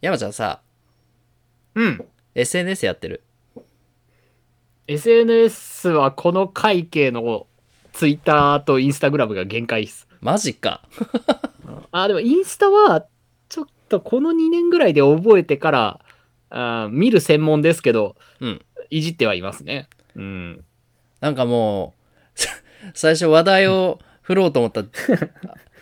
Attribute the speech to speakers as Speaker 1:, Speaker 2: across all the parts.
Speaker 1: 山ちゃんさ、
Speaker 2: うん。
Speaker 1: SNS やってる。
Speaker 2: SNS はこの会計のツイッターとインスタグラムが限界っす。
Speaker 1: マジか。
Speaker 2: あ、でもインスタは、ちょっとこの2年ぐらいで覚えてから、あー見る専門ですけど、
Speaker 1: うん
Speaker 2: いじってはいますね。うん。
Speaker 1: なんかもう、さ最初話題を振ろうと思ったら、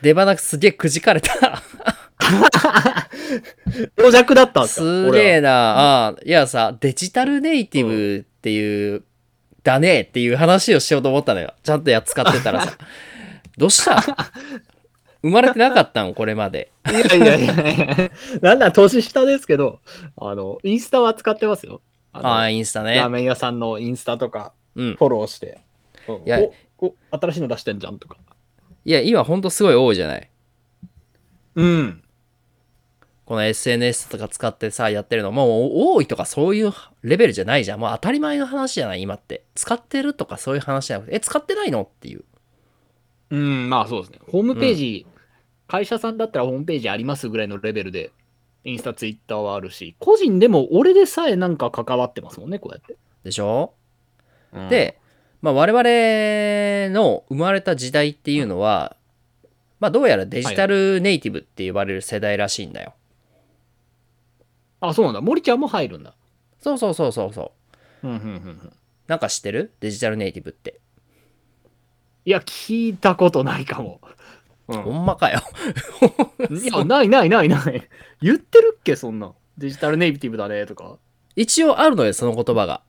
Speaker 1: 出花すげえくじかれた。
Speaker 2: 傍弱だったんですか
Speaker 1: すげえ
Speaker 2: え。
Speaker 1: な。あーいやさ、デジタルネイティブっていう、だねっていう話をしようと思ったのよ。ちゃんとやっ使ってたら さ。どうした生まれてなかったのこれまで。
Speaker 2: いやいやいやいや。なんだ、年下ですけど、あの、インスタは使ってますよ。あの
Speaker 1: ああー、インスタ
Speaker 2: ラー
Speaker 1: ね。
Speaker 2: メン屋さんのインスタとか、
Speaker 1: うん。
Speaker 2: フォローして。う
Speaker 1: い
Speaker 2: ん
Speaker 1: や
Speaker 2: おお新しいの出してんじゃんとか。
Speaker 1: いや、今ほんとすごい多いじゃない。
Speaker 2: うん。
Speaker 1: この SNS とか使ってさ、やってるの、もう多いとかそういうレベルじゃないじゃん。もう当たり前の話じゃない、今って。使ってるとかそういう話じゃなくて、え、使ってないのっていう。
Speaker 2: うん、まあそうですね。ホームページ、会社さんだったらホームページありますぐらいのレベルで、インスタ、ツイッターはあるし、個人でも俺でさえなんか関わってますもんね、こうやって。
Speaker 1: でしょ、で、まあ我々の生まれた時代っていうのは、まあどうやらデジタルネイティブって呼ばれる世代らしいんだよ。
Speaker 2: あ、そうなんだ。森ちゃんも入るんだ。
Speaker 1: そうそうそうそうそう。
Speaker 2: うんうんうんうん。
Speaker 1: なんか知ってるデジタルネイティブって。
Speaker 2: いや、聞いたことないかも。
Speaker 1: ほんまかよ。
Speaker 2: いや、ないないないない。言ってるっけ、そんな。デジタルネイティブだね、とか。
Speaker 1: 一応あるのよ、その言葉が。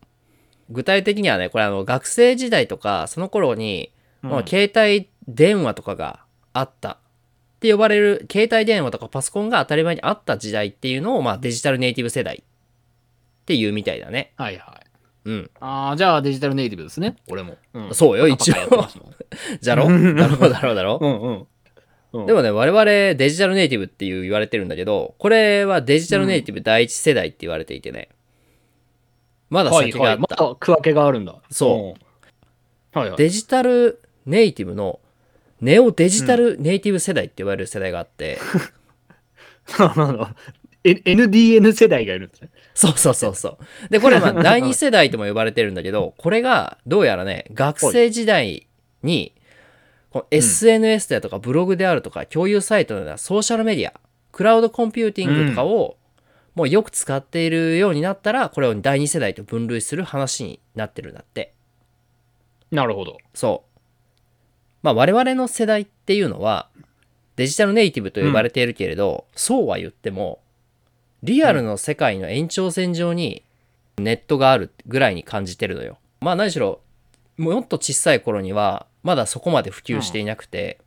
Speaker 1: 具体的にはね、これあの学生時代とか、その頃に、
Speaker 2: うん
Speaker 1: まあ、携帯電話とかがあったって呼ばれる携帯電話とかパソコンが当たり前にあった時代っていうのを、まあ、デジタルネイティブ世代っていうみたいだね。
Speaker 2: はいはい。
Speaker 1: うん。
Speaker 2: ああ、じゃあデジタルネイティブですね、俺も。うん
Speaker 1: そうよ、一
Speaker 2: パパやって
Speaker 1: 応
Speaker 2: ま。すもん
Speaker 1: じゃ ろだろうだろうだろ
Speaker 2: うんうん。うん
Speaker 1: でもね、我々デジタルネイティブっていう言われてるんだけど、これはデジタルネイティブ第一世代って言われていてね。まだ
Speaker 2: はい
Speaker 1: 先があ
Speaker 2: は
Speaker 1: っ
Speaker 2: い、ま
Speaker 1: た。
Speaker 2: た区分けがあるんだ。
Speaker 1: そ
Speaker 2: うん。はいはい。
Speaker 1: デジタルネイティブのネオデジタルネイティブ世代って言われる世代があって、
Speaker 2: あの、N- NDN 世代がいるんですね。
Speaker 1: そうそうそうそう。で、これまあ第二世代とも呼ばれてるんだけど、これがどうやらね、学生時代に、この SNS だとかブログであるとか共有サイトのようなソーシャルメディア、クラウドコンピューティングとかをもうよく使っているようになったら、これを第二世代と分類する話になってるんだって。
Speaker 2: なるほど。
Speaker 1: そう。まあ我々の世代っていうのはデジタルネイティブと呼ばれているけれど、そうは言ってもリアルの世界の延長線上にネットがあるぐらいに感じてるのよ。まあ何しろもっと小さい頃にはまだそこまで普及していなくて、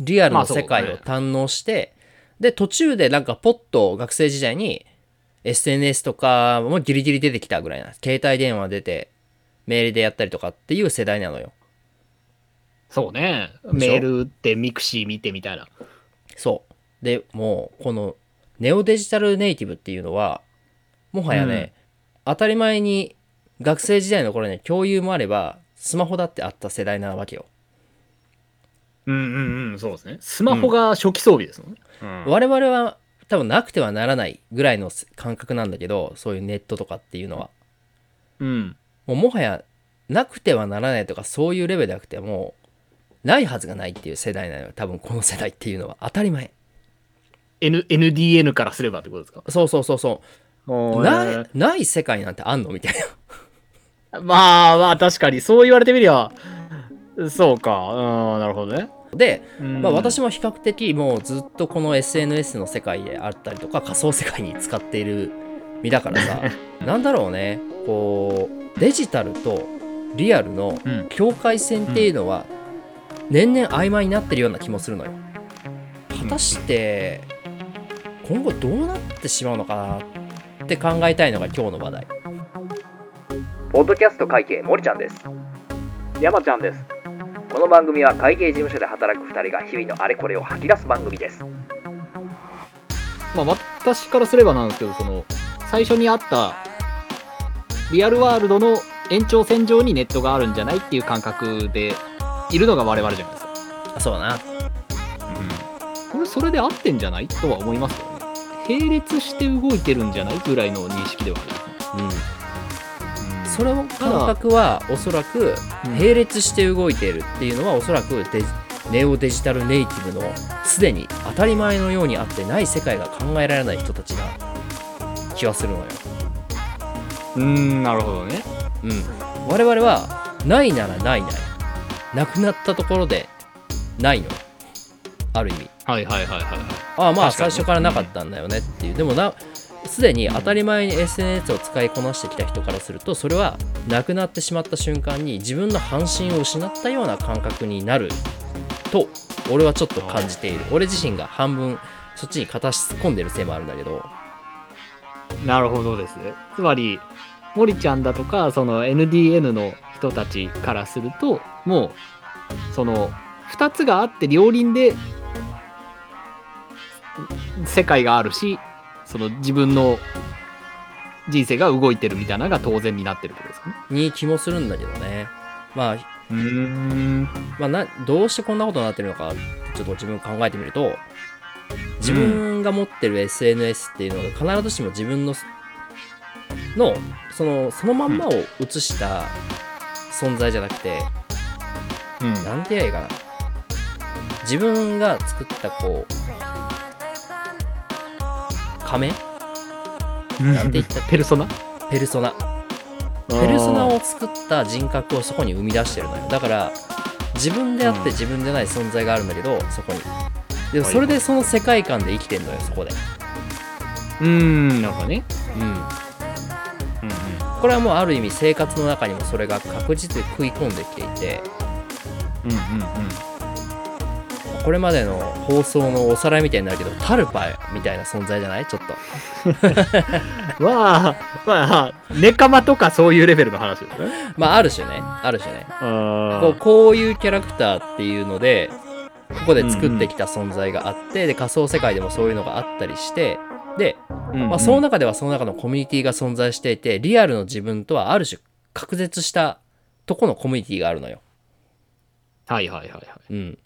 Speaker 1: リアルの世界を堪能して、で途中でなんかポッと学生時代に SNS とかもギリギリ出てきたぐらいな携帯電話出てメールでやったりとかっていう世代なのよ。
Speaker 2: そうね。
Speaker 1: ょ
Speaker 2: メールってミクシー見てみたいな。
Speaker 1: そう。でもうこのネオデジタルネイティブっていうのはもはやね、当たり前に学生時代の頃ね共有もあればスマホだってあった世代なわけよ。
Speaker 2: うんうんうん、そうですね。スマホが初期装備ですもんね。うん
Speaker 1: 我々は多分なくてはならないぐらいの感覚なんだけどそういうネットとかっていうのは
Speaker 2: うん。
Speaker 1: もうもはやなくてはならないとかそういうレベルじゃなくてもうないはずがないっていう世代なのよ多分この世代っていうのは当たり前
Speaker 2: N、NDN からすればってことですか
Speaker 1: そうそうそうそうな
Speaker 2: ない
Speaker 1: ない世界なんてあんのみたいな
Speaker 2: まあまあ、確かに。そう言われてみりゃ、そうか。うん、なるほどね。
Speaker 1: で
Speaker 2: うん
Speaker 1: まあ、私も比較的もうずっとこの SNS の世界であったりとか仮想世界に使っている身だから さなんだろうねこうデジタルとリアルの
Speaker 2: うん
Speaker 1: 境界線っていうのは年々曖昧になってるような気もするのよ。果たして今後どうなってしまうのかなって考えたいのが今日の話題。ポッドキャスト会計森ちゃんです。
Speaker 2: 山ちゃんです。
Speaker 1: この番組は会計事務所で働く2人が日々のあれこれを吐き出す番組です。
Speaker 2: まあ、私からすればなんですけど、その、最初にあった、リアルワールドの延長線上にネットがあるんじゃないっていう感覚でいるのが我々じゃないですか。
Speaker 1: あそうだな。
Speaker 2: これ、それで合ってんじゃないとは思いますよね。並列して動いてるんじゃないぐらいの認識ではありますね
Speaker 1: うん、
Speaker 2: うん
Speaker 1: それを感覚はおそらく
Speaker 2: うん
Speaker 1: 並列して動いているっていうのはおそらくデジネオデジタルネイティブのすでに当たり前のようにあってない世界が考えられない人たちな気はするのよ。
Speaker 2: うーんなるほどね
Speaker 1: うん、我々はないならないないなくなったところでないのよある意味
Speaker 2: はいはいはいはいはい
Speaker 1: ああまあ
Speaker 2: 確か
Speaker 1: 最
Speaker 2: に
Speaker 1: 初からなかったんだよねっていうでもなすでに当たり前に SNS を使いこなしてきた人からするとそれはなくなってしまった瞬間に自分の半身を失ったような感覚になると俺はちょっと感じている俺自身が半分そっちに片し突っ込んでるせいもあるんだけど
Speaker 2: なるほどですね。つまり、森ちゃんだとか、その NDN の人たちからすると、もう、その、二つがあって両輪で、世界があるし、その自分の人生が動いてるみたいなのが当然になってるってことですかね。
Speaker 1: に気もするんだけどねまあ
Speaker 2: うん。
Speaker 1: まあ、などうしてこんなことになってるのかちょっと自分考えてみると自分が持ってる SNS っていうのが必ずしも自分ののそのそのまんまを映した存在じゃなくて
Speaker 2: うん。
Speaker 1: なんて言えばいいかな自分が作ったこう仮面なんて言ったっけ
Speaker 2: ペルソナ
Speaker 1: ペルソナ
Speaker 2: ペ
Speaker 1: ペルソナを作った人格をそこに生み出してるのよだから自分であって自分じゃない存在があるんだけど、そこにでもそれでその世界観で生きてんのよそこで、
Speaker 2: うん、なんかね。
Speaker 1: うん、
Speaker 2: うん
Speaker 1: これはもうある意味生活の中にもそれが確実に食い込んできていて
Speaker 2: うん。うんうん
Speaker 1: これまでの放送のおさらいみたいになるけどタルパみたいな存在じゃないちょっと
Speaker 2: うん。わあ、まあ、ネカマとかそういうレベルの話ですね。
Speaker 1: まあある種ねある種ね
Speaker 2: あ
Speaker 1: こうこういうキャラクターっていうのでここで作ってきた存在があって、で仮想世界でもそういうのがあったりしてでまあ、その中ではその中のコミュニティが存在していてリアルの自分とはある種隔絶したとこのコミュニティがあるのよ。
Speaker 2: はいはいはいはい。
Speaker 1: うん、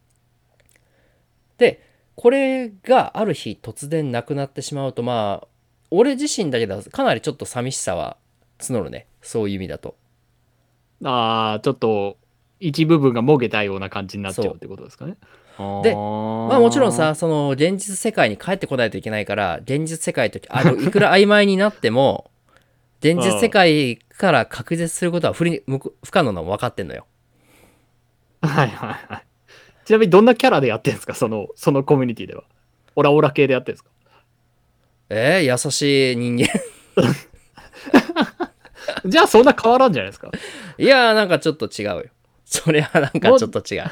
Speaker 1: でこれがある日突然なくなってしまうとまあ俺自身だけどかなりちょっと寂しさは募るねそういう意味だと。
Speaker 2: ああ、ちょっと、一部分がもげたような感じになっちゃ
Speaker 1: そう
Speaker 2: うってことですかね。
Speaker 1: で
Speaker 2: ま
Speaker 1: まあもちろん、さその現実世界に帰ってこないといけないから現実世界とあのいくら曖昧になっても現実世界から隔絶することは不利無不可能なの分かってんのよ。
Speaker 2: はいはいはい。ちなみにどんなキャラでやってんですかその、そのコミュニティでは。オラオラ系でやってんですか
Speaker 1: えー、優しい人間
Speaker 2: じゃあそんな変わらんじゃないですか。
Speaker 1: いやーなんかちょっと違うよ。それはなんかちょっと違う。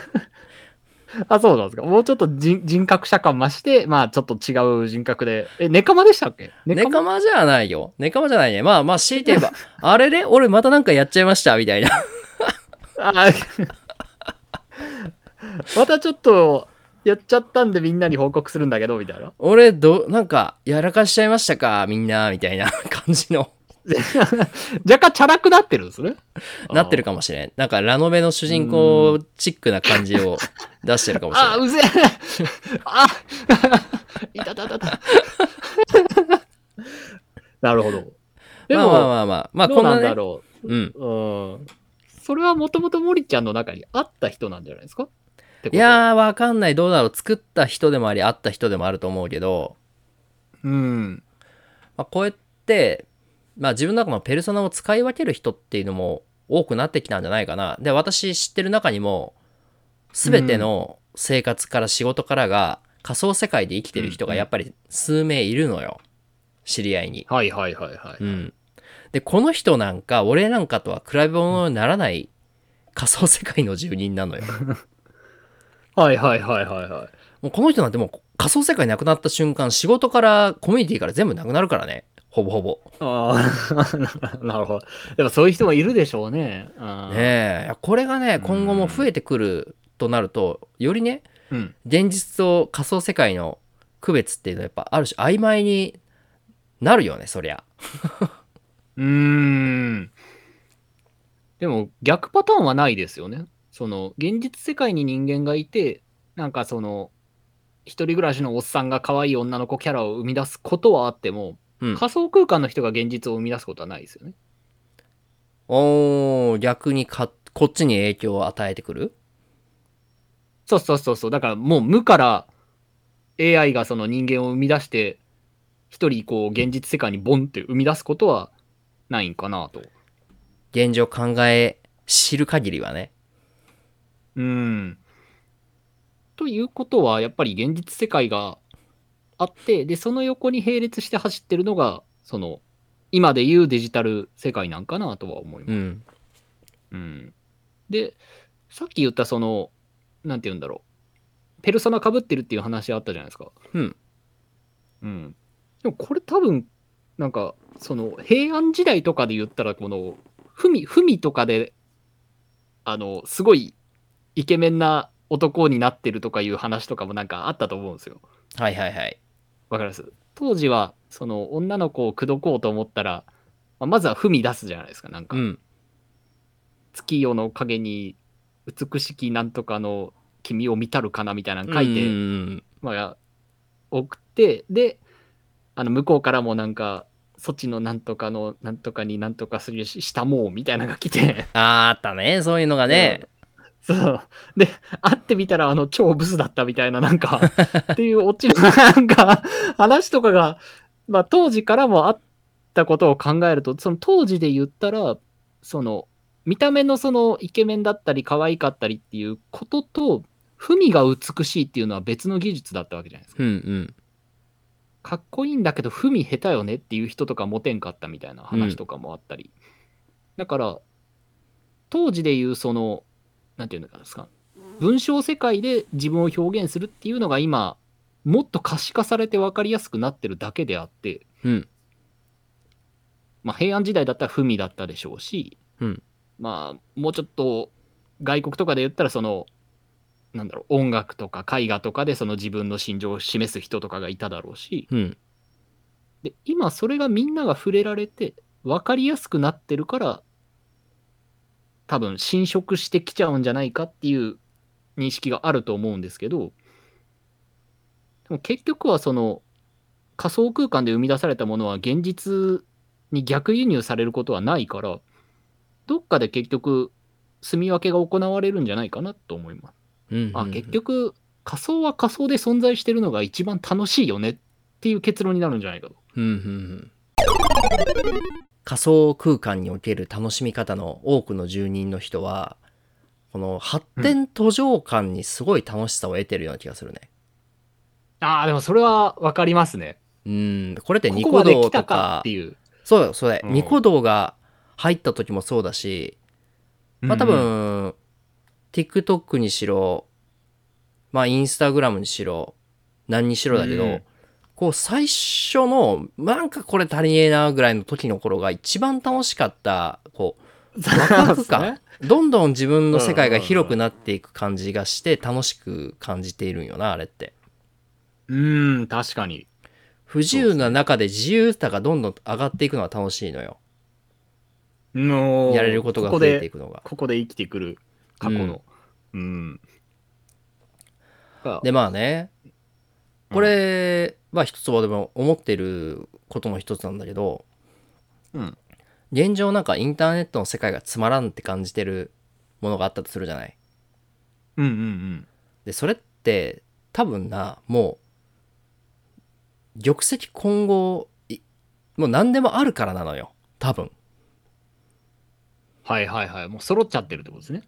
Speaker 2: あ、そうなんですか。もうちょっと人人格者感増して、まあちょっと違う人格で。え、ネカマでしたっけネ
Speaker 1: ネカマじゃないよ。ネカマじゃないね。まあまあ強いて言え ば、あれれ俺またなんかやっちゃいましたみたいな。
Speaker 2: あー またちょっと、やっちゃったんでみんなに報告するんだけど、みたいな。
Speaker 1: 俺ど、なんかやらかしちゃいましたかみんな、みたいな 感じの、
Speaker 2: 若干チャラくなってるんですね。
Speaker 1: なってるかもしれん。なんかラノベの主人公チックな感じを出してるかもしれ
Speaker 2: あ、
Speaker 1: な
Speaker 2: うぜえあ いたたたた。なるほど。
Speaker 1: い。
Speaker 2: で
Speaker 1: ま
Speaker 2: も、
Speaker 1: あまあまあまあ。まあ
Speaker 2: ど
Speaker 1: こ
Speaker 2: うん
Speaker 1: な
Speaker 2: なんだ
Speaker 1: ね。
Speaker 2: ろ
Speaker 1: うん。
Speaker 2: う。うん。それはもともと森ちゃんの中にあった人なんじゃないですかってこ
Speaker 1: い
Speaker 2: と
Speaker 1: やーわかんない。どうだろう。作った人でもあり、会った人でもあると思うけど、
Speaker 2: うん。
Speaker 1: まあ、こうやって、まあ、自分の中のペルソナを使い分ける人っていうのも多くなってきたんじゃないかな。で私知ってる中にも全ての生活から仕事からが仮想世界で生きてる人がやっぱり数名いるのよ知り合いに。
Speaker 2: はいはいはいは
Speaker 1: う
Speaker 2: い。
Speaker 1: ん、でこの人なんか俺なんかとは比べ物にならない仮想世界の住人なのよ。
Speaker 2: はいはいはいはいはい。
Speaker 1: もうこの人なんてもう仮想世界なくなった瞬間仕事からコミュニティから全部なくなるからねほぼほぼ。
Speaker 2: ああ、 なるほど。でもそういう人もいるでしょうね。あー
Speaker 1: ねえいやこれがね今後も増えてくるとなるとよりね
Speaker 2: うん。
Speaker 1: 現実と仮想世界の区別っていうのはやっぱある種曖昧になるよねそりゃ
Speaker 2: うーん。でも逆パターンはないですよね。その現実世界に人間がいて、なんかその一人暮らしのおっさんが可愛い女の子キャラを生み出すことはあっても、
Speaker 1: うん、
Speaker 2: 仮想空間の人が現実を生み出すことはないですよね。
Speaker 1: おー逆にかこっちに影響を与えてくる
Speaker 2: そうそうそうそう。だからもう無から AI がその人間を生み出して、一人こう現実世界にボンって生み出すことはないんかなと。
Speaker 1: 現状考え知る限りはね
Speaker 2: うん。ということは、やっぱり現実世界があって、で、その横に並列して走ってるのが、その、今でいうデジタル世界なんかなとは思います。
Speaker 1: うん
Speaker 2: うん、で、さっき言った、その、なんて言うんだろう、ペルソナ被ってるっていう話あったじゃないですか。
Speaker 1: うん。
Speaker 2: うん。でも、これ多分、なんか、その、平安時代とかで言ったら、この、ふみ、ふみとかで、あの、すごいイケメンな男になってるとかいう話とかもなんかあったと思うんですよ。
Speaker 1: はいはいはい
Speaker 2: わかります当時は、その、女の子を口説こうと思ったら、まあまずは踏み出すじゃないですか、なんか
Speaker 1: う。ん
Speaker 2: 月夜の影に美しきなんとかの君を見たるかなみたいなの書いて、
Speaker 1: うんうん
Speaker 2: まあ、送ってであの向こうからもなんかそっちのなんとかのなんとかになんとかするししたもうみたいなのが来て
Speaker 1: あーあったねそういうのがね、
Speaker 2: そうで会ってみたらあの超ブスだったみたいななんかっていうオチのなんか話とかが、まあ、当時からもあったことを考えるとその当時で言ったらその見た目のそのイケメンだったり可愛かったりっていうことと文が美しいっていうのは別の技術だったわけじゃないですか。
Speaker 1: うんうん
Speaker 2: かっこいいんだけど文下手よねっていう人とかモテんかったみたいな話とかもあったり、だから当時でいうそのなんていうんですか文章世界で自分を表現するっていうのが今もっと可視化されて分かりやすくなってるだけであって、
Speaker 1: うん
Speaker 2: まあ、平安時代だったら文だったでしょうし、
Speaker 1: うん
Speaker 2: まあもうちょっと外国とかで言ったらそのなんだろう音楽とか絵画とかでその自分の心情を示す人とかがいただろうし、
Speaker 1: うん
Speaker 2: で今それがみんなが触れられて分かりやすくなってるから多分侵食してきちゃうんじゃないかっていう認識があると思うんですけどでも結局はその仮想空間で生み出されたものは現実に逆輸入されることはないからどっかで結局住み分けが行われるんじゃないかなと思いま
Speaker 1: うんう
Speaker 2: す。
Speaker 1: ん
Speaker 2: あ結局仮想は仮想で存在してるのが一番楽しいよねっていう結論になるんじゃないかと。
Speaker 1: うんうんうん仮想空間における楽しみ方の多くの住人の人はこの発展途上感にすごい楽しさを得てるような気がするね。
Speaker 2: ああ、でもそれは分かりますね。
Speaker 1: うんこれって
Speaker 2: こ
Speaker 1: ニ
Speaker 2: こ
Speaker 1: コ
Speaker 2: まで
Speaker 1: 動
Speaker 2: 来
Speaker 1: と
Speaker 2: たか
Speaker 1: か
Speaker 2: っていう。
Speaker 1: そうよそれ、
Speaker 2: うん
Speaker 1: ニコ動が入った時もそうだしまあ多
Speaker 2: うんうん、
Speaker 1: 分、TikTok にしろまあインスタグラムにしろ何にしろだけど、
Speaker 2: うん
Speaker 1: こう最初のなんかこれ足りねえなぐらいの時の頃が一番楽しかったこうワクワク
Speaker 2: そうです
Speaker 1: 感
Speaker 2: ね
Speaker 1: どんどん自分の世界が広くなっていく感じがして楽しく感じているんよなあれって
Speaker 2: うん、確かに。
Speaker 1: 不自由な中で自由さがどんどん上がっていくのは楽しいのよ
Speaker 2: の
Speaker 1: やれることが増えていく
Speaker 2: ここで、
Speaker 1: のが
Speaker 2: ここで生きてくる過去の。うん。
Speaker 1: でまあねこれは一つはでも思ってることの一つなんだけど
Speaker 2: うん、
Speaker 1: 現状なんかインターネットの世界がつまらんって感じてるものがあったとするじゃない
Speaker 2: うん、うん、うん。
Speaker 1: でそれって多分なもう玉石混合いもう何でもあるからなのよ多分
Speaker 2: はいはいはい。もう揃っちゃってるってことですね。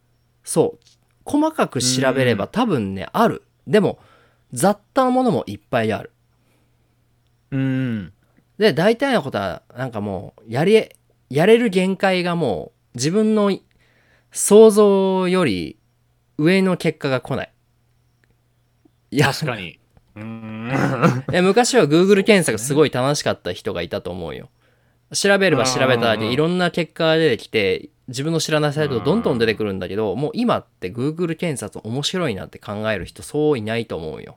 Speaker 1: そう細かく調べれば
Speaker 2: う
Speaker 1: 多分ねあるでも雑多なものもいっぱいある
Speaker 2: うん。
Speaker 1: で大体のことはなんかもうやりやれる限界がもう自分の想像より上の結果が来ないいや
Speaker 2: 確かに。うん。 は
Speaker 1: え昔は Google 検索すごい楽しかった人がいたと思うよ。調べれば調べただ
Speaker 2: うんうんう
Speaker 1: け
Speaker 2: ん
Speaker 1: いろんな結果が出てきて自分の知らないサイトどんどん出てくるんだけどもう今って Google 検索面白いなって考える人そういないと思うよ。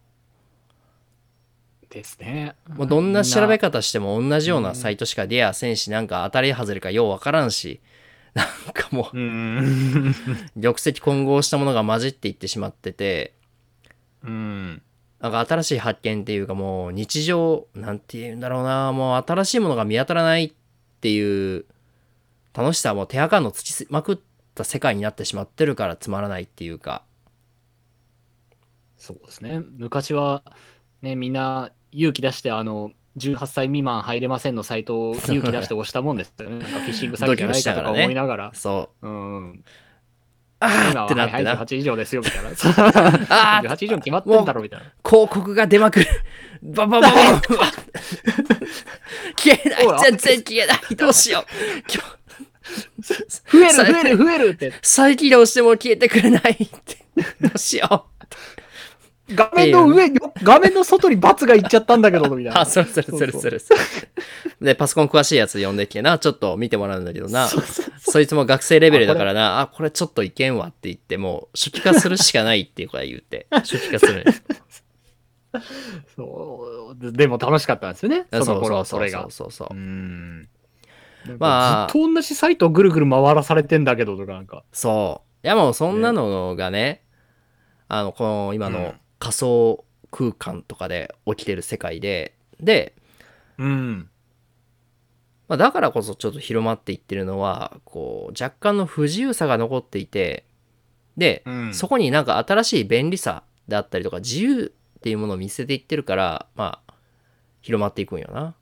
Speaker 2: ですね。
Speaker 1: もうどんな調べ
Speaker 2: 方
Speaker 1: 方しても同じようなサイトしか出やせんしなんか当たり外れかようわからんしなんかも
Speaker 2: うん。
Speaker 1: う玉石混合したものが混じっていってしまってて
Speaker 2: うん。
Speaker 1: なんか新しい発見っていうかもう日常なんて言うんだろうなもう新しいものが見当たらないっていう楽しさはもう手垢のつきまくった世界になってしまってるからつまらないっていうか
Speaker 2: そうですね。昔は、ね、みんな勇気出して、あの、18歳未満入れませんのサイトを勇気出して押したもんですよね。なんかフィッシング詐欺じゃないかとか思いながら。
Speaker 1: そう
Speaker 2: うん。
Speaker 1: あ
Speaker 2: 今
Speaker 1: あっ
Speaker 2: は
Speaker 1: てな
Speaker 2: は
Speaker 1: っ
Speaker 2: いは
Speaker 1: てな
Speaker 2: い18以上ですよ、みたいな。18
Speaker 1: ああ
Speaker 2: 以上に決まってんだろ、みたいな。
Speaker 1: 広告が出まくるバババババ 消え
Speaker 2: ほ
Speaker 1: な
Speaker 2: ら
Speaker 1: い全然消えないどうしよう今日
Speaker 2: 増える、増える、増えるって。
Speaker 1: 再起動しても消えてくれないってどうしよ
Speaker 2: 画面の上、画面の外に×がいっちゃったんだけど、
Speaker 1: う
Speaker 2: みたいな。
Speaker 1: あそれそれそれそれそれでパソコン詳しいやつ呼んできてなちょっと見てもらうんだけどな
Speaker 2: そうそう
Speaker 1: そいつも学生レベルだからな、あ、これちょっといけんわって言って、もう初期化するしかないっていうから言っ て、初期化す る。
Speaker 2: そうででも楽しかったんですよね、その頃はそれが。
Speaker 1: そうそうそうう。
Speaker 2: ん。なん
Speaker 1: まあ
Speaker 2: かずっと同じサイトをぐるぐる回らされてんだけど、とか、なんか。
Speaker 1: そう。いやもうそんなのがね、あの、この今
Speaker 2: う
Speaker 1: の
Speaker 2: ん
Speaker 1: 仮想空間とかで起きてる世界で、で、
Speaker 2: うん。
Speaker 1: まあ、だからこそちょっと広まっていってるのは、こう、若干の不自由さが残っていて、で、
Speaker 2: うん
Speaker 1: そこになんか新しい便利さであったりとか自由っていうものを見せていってるから、まあ、広まっていくんよな。